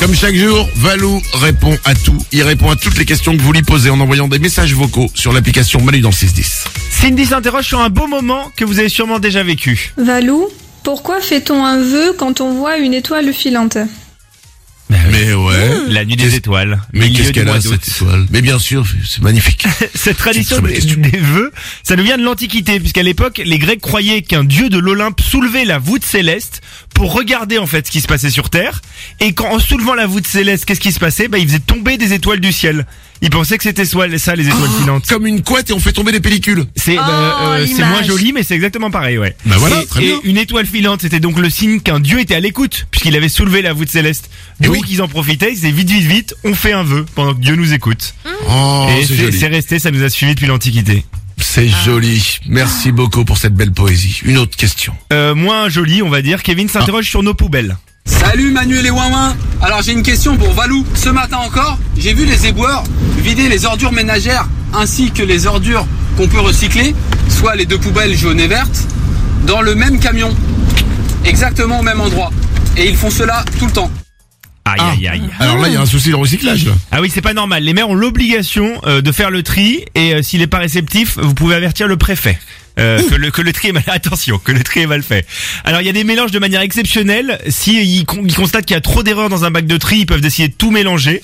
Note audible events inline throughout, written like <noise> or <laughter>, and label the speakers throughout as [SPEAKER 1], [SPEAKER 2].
[SPEAKER 1] Comme chaque jour, Valou répond à tout. Il répond à toutes les questions que vous lui posez en envoyant des messages vocaux sur l'application Manu dans le 610.
[SPEAKER 2] Cindy s'interroge sur un beau moment que vous avez sûrement déjà vécu.
[SPEAKER 3] Valou, pourquoi fait-on un vœu quand on voit une étoile filante
[SPEAKER 2] Bah
[SPEAKER 1] Mais ouais.
[SPEAKER 2] La nuit des
[SPEAKER 1] Hmm. Qu'est-ce-
[SPEAKER 2] étoiles.
[SPEAKER 1] Mais
[SPEAKER 2] milieu
[SPEAKER 1] qu'est-ce
[SPEAKER 2] du
[SPEAKER 1] qu'elle
[SPEAKER 2] mois
[SPEAKER 1] a
[SPEAKER 2] d'août. <laughs>
[SPEAKER 1] cette étoile Mais bien sûr, c'est magnifique.
[SPEAKER 2] Cette tradition
[SPEAKER 1] très bonne
[SPEAKER 2] des,
[SPEAKER 1] question.
[SPEAKER 2] des vœux, ça nous vient de l'Antiquité, puisqu'à l'époque, les Grecs croyaient qu'un dieu de l'Olympe soulevait la voûte céleste pour regarder en fait ce qui se passait sur Terre. Et quand en soulevant la voûte céleste, qu'est-ce qui se passait Bah, il faisait tomber des étoiles du ciel. Ils pensaient que c'était soi- ça les
[SPEAKER 1] Oh,
[SPEAKER 2] étoiles filantes.
[SPEAKER 1] Comme une couette et on fait tomber des pellicules.
[SPEAKER 2] C'est bah,
[SPEAKER 4] Oh,
[SPEAKER 2] euh, c'est
[SPEAKER 4] l'image.
[SPEAKER 2] moins joli, mais c'est exactement pareil, ouais.
[SPEAKER 1] Bah voilà,
[SPEAKER 2] et,
[SPEAKER 1] très
[SPEAKER 2] et
[SPEAKER 1] bien.
[SPEAKER 2] une étoile filante, c'était donc le signe qu'un dieu était à l'écoute, puisqu'il avait soulevé la voûte céleste.
[SPEAKER 1] Et
[SPEAKER 2] Donc
[SPEAKER 1] Eh oui.
[SPEAKER 2] ils en profitaient, ils disaient vite, vite, vite, on fait un vœu pendant que Dieu nous écoute.
[SPEAKER 1] Oh,
[SPEAKER 2] et
[SPEAKER 1] c'est
[SPEAKER 2] c'est
[SPEAKER 1] joli.
[SPEAKER 2] c'est Ah. resté, ça nous a suivi depuis l'Antiquité.
[SPEAKER 1] C'est joli. Merci beaucoup pour cette belle poésie. Une autre question.
[SPEAKER 2] Euh, moins joli, on va dire. Kevin
[SPEAKER 1] Ah.
[SPEAKER 2] s'interroge sur nos poubelles.
[SPEAKER 5] Salut Manu et les Wouin Alors j'ai une question pour Valou. Ce matin encore, j'ai vu les éboueurs vider les ordures ménagères ainsi que les ordures qu'on peut recycler, soit les deux poubelles jaunes et vertes, dans le même camion, exactement au même endroit. Et ils font cela tout le temps.
[SPEAKER 2] Aïe,
[SPEAKER 1] Ah.
[SPEAKER 2] aïe, aïe.
[SPEAKER 1] Alors là, il y a un souci de recyclage. Là.
[SPEAKER 2] Ah oui, c'est pas normal. Les maires ont l'obligation euh, de faire le tri et euh, s'il est pas réceptif, vous pouvez avertir le préfet. euh, que, le, que le tri est mal <laughs> attention que le tri est mal fait. Alors il y a des mélanges de manière exceptionnelle. Si ils, con- ils constatent qu'il y a trop d'erreurs dans un bac de tri, ils peuvent décider de tout mélanger.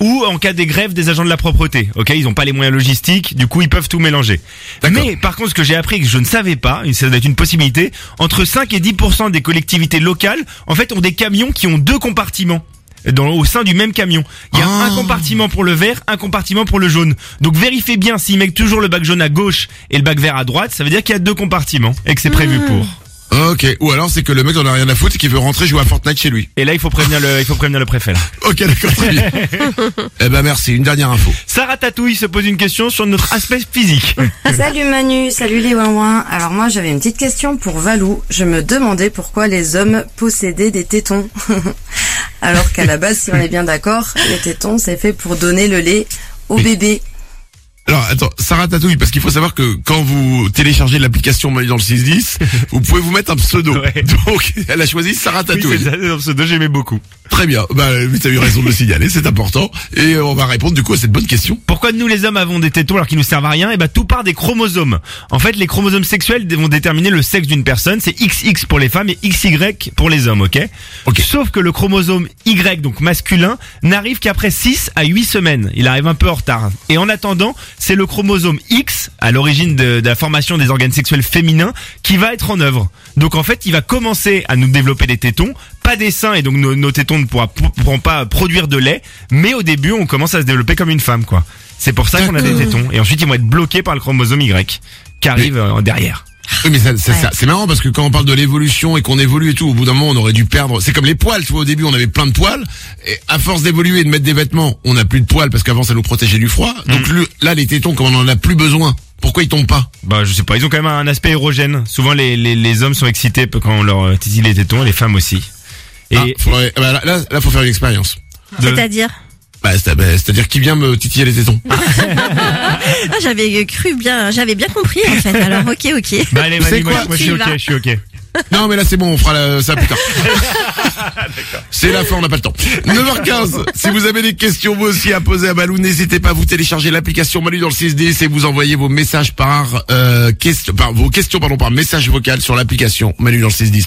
[SPEAKER 2] Ou en cas des grèves des agents de la propreté. Ok, ils n'ont pas les moyens logistiques, du coup ils peuvent tout mélanger.
[SPEAKER 1] D'accord.
[SPEAKER 2] Mais par contre, ce que j'ai appris et que je ne savais pas, et ça doit être une possibilité, entre 5 et 10% des collectivités locales, en fait, ont des camions qui ont deux compartiments. Dans, au sein du même camion. Il y a
[SPEAKER 1] Ah.
[SPEAKER 2] un compartiment pour le vert, un compartiment pour le jaune. Donc vérifiez bien s'ils mettent toujours le bac jaune à gauche et le bac vert à droite, ça veut dire qu'il y a deux compartiments et que c'est prévu pour.
[SPEAKER 1] Ok. Ou alors c'est que le mec en a rien à foutre et qu'il veut rentrer jouer à Fortnite chez lui.
[SPEAKER 2] Et là, il faut prévenir le, il faut prévenir le préfet. Là.
[SPEAKER 1] Ok, d'accord. très
[SPEAKER 2] <laughs>
[SPEAKER 1] bien. eh ben merci. Une dernière info.
[SPEAKER 2] Sarah Tatouille se pose une question sur notre aspect physique.
[SPEAKER 4] Salut Manu, salut les Wouin. Alors moi j'avais une petite question pour Valou. Je me demandais pourquoi les hommes possédaient des tétons. <laughs> Alors qu'à la base, si on est bien d'accord, les tétons c'est fait pour donner le lait au
[SPEAKER 1] Mais-
[SPEAKER 4] bébé.
[SPEAKER 1] Alors attends, Sarah Tatouille, parce qu'il faut savoir que quand vous téléchargez l'application Manu dans le
[SPEAKER 2] <laughs>
[SPEAKER 1] 610, vous pouvez vous mettre un pseudo.
[SPEAKER 2] Ouais.
[SPEAKER 1] Donc elle a choisi Sarah
[SPEAKER 2] Oui,
[SPEAKER 1] Tatouille.
[SPEAKER 2] c'est ça, c'est dans ce dos, j'aimais beaucoup.
[SPEAKER 1] très bien. Bah vous avez eu raison de le signaler, c'est important. Et euh, on va répondre du coup à cette bonne question.
[SPEAKER 2] Pourquoi nous les hommes avons des tétons alors qu'ils nous servent à rien Et ben tout part des chromosomes. En fait, les chromosomes sexuels vont déterminer le sexe d'une personne. C'est XX pour les femmes et XY pour les hommes, ok
[SPEAKER 1] Ok.
[SPEAKER 2] Sauf que le chromosome Y, donc masculin, n'arrive qu'après 6 à 8 semaines. Il arrive un peu en retard. Et en attendant, c'est le chromosome X, à l'origine de, de la formation des organes sexuels féminins, qui va être en œuvre. Donc en fait, il va commencer à nous développer des tétons, pas des seins, et donc nos, nos tétons ne pourra- pourront pas produire de lait. Mais au début, on commence à se développer comme une femme, quoi. C'est pour ça qu'on a des tétons. Et ensuite, ils vont être bloqués par le chromosome Y, qui arrive euh, derrière.
[SPEAKER 1] Oui, mais ça, ça-
[SPEAKER 4] Ouais.
[SPEAKER 1] ça- c'est marrant parce que quand on parle de l'évolution et qu'on évolue et tout, au bout d'un moment, on aurait dû perdre. C'est comme les poils, tu vois. Au début, on avait plein de poils. Et à force d'évoluer et de mettre des vêtements, on n'a plus de poils parce qu'avant, ça nous protégeait du froid. Donc
[SPEAKER 2] Mm.
[SPEAKER 1] le- là, les tétons, comme on en a plus besoin, pourquoi ils tombent pas
[SPEAKER 2] Bah, je sais pas, ils ont quand même un aspect érogène. Souvent, les, les, les hommes sont excités quand on leur euh, titille les tétons, et les femmes aussi. Et
[SPEAKER 1] Ah, faudrait- ah, bah, là, là, là, faut faire une expérience.
[SPEAKER 2] de-
[SPEAKER 6] C'est-à-dire
[SPEAKER 1] Bah, c'est- bah, c'est-à-dire qui vient me titiller les tétons
[SPEAKER 6] Ah, j'avais cru bien, j'avais bien compris en fait. Alors ok, ok.
[SPEAKER 2] Bah, allez,
[SPEAKER 1] C'est
[SPEAKER 2] vas-y, moi,
[SPEAKER 1] quoi
[SPEAKER 2] moi, je suis
[SPEAKER 6] Tu y
[SPEAKER 2] ok,
[SPEAKER 6] vas.
[SPEAKER 2] je suis ok.
[SPEAKER 1] Non, mais là, c'est bon, on fera la- ça plus tard. C'est la fin, on n'a pas le temps. 9h15, si vous avez des questions vous aussi à poser à Balou, n'hésitez pas à vous télécharger l'application Malou dans le 610 et vous envoyez vos messages par euh, question, par vos questions pardon par message vocal sur l'application Malou dans le 610.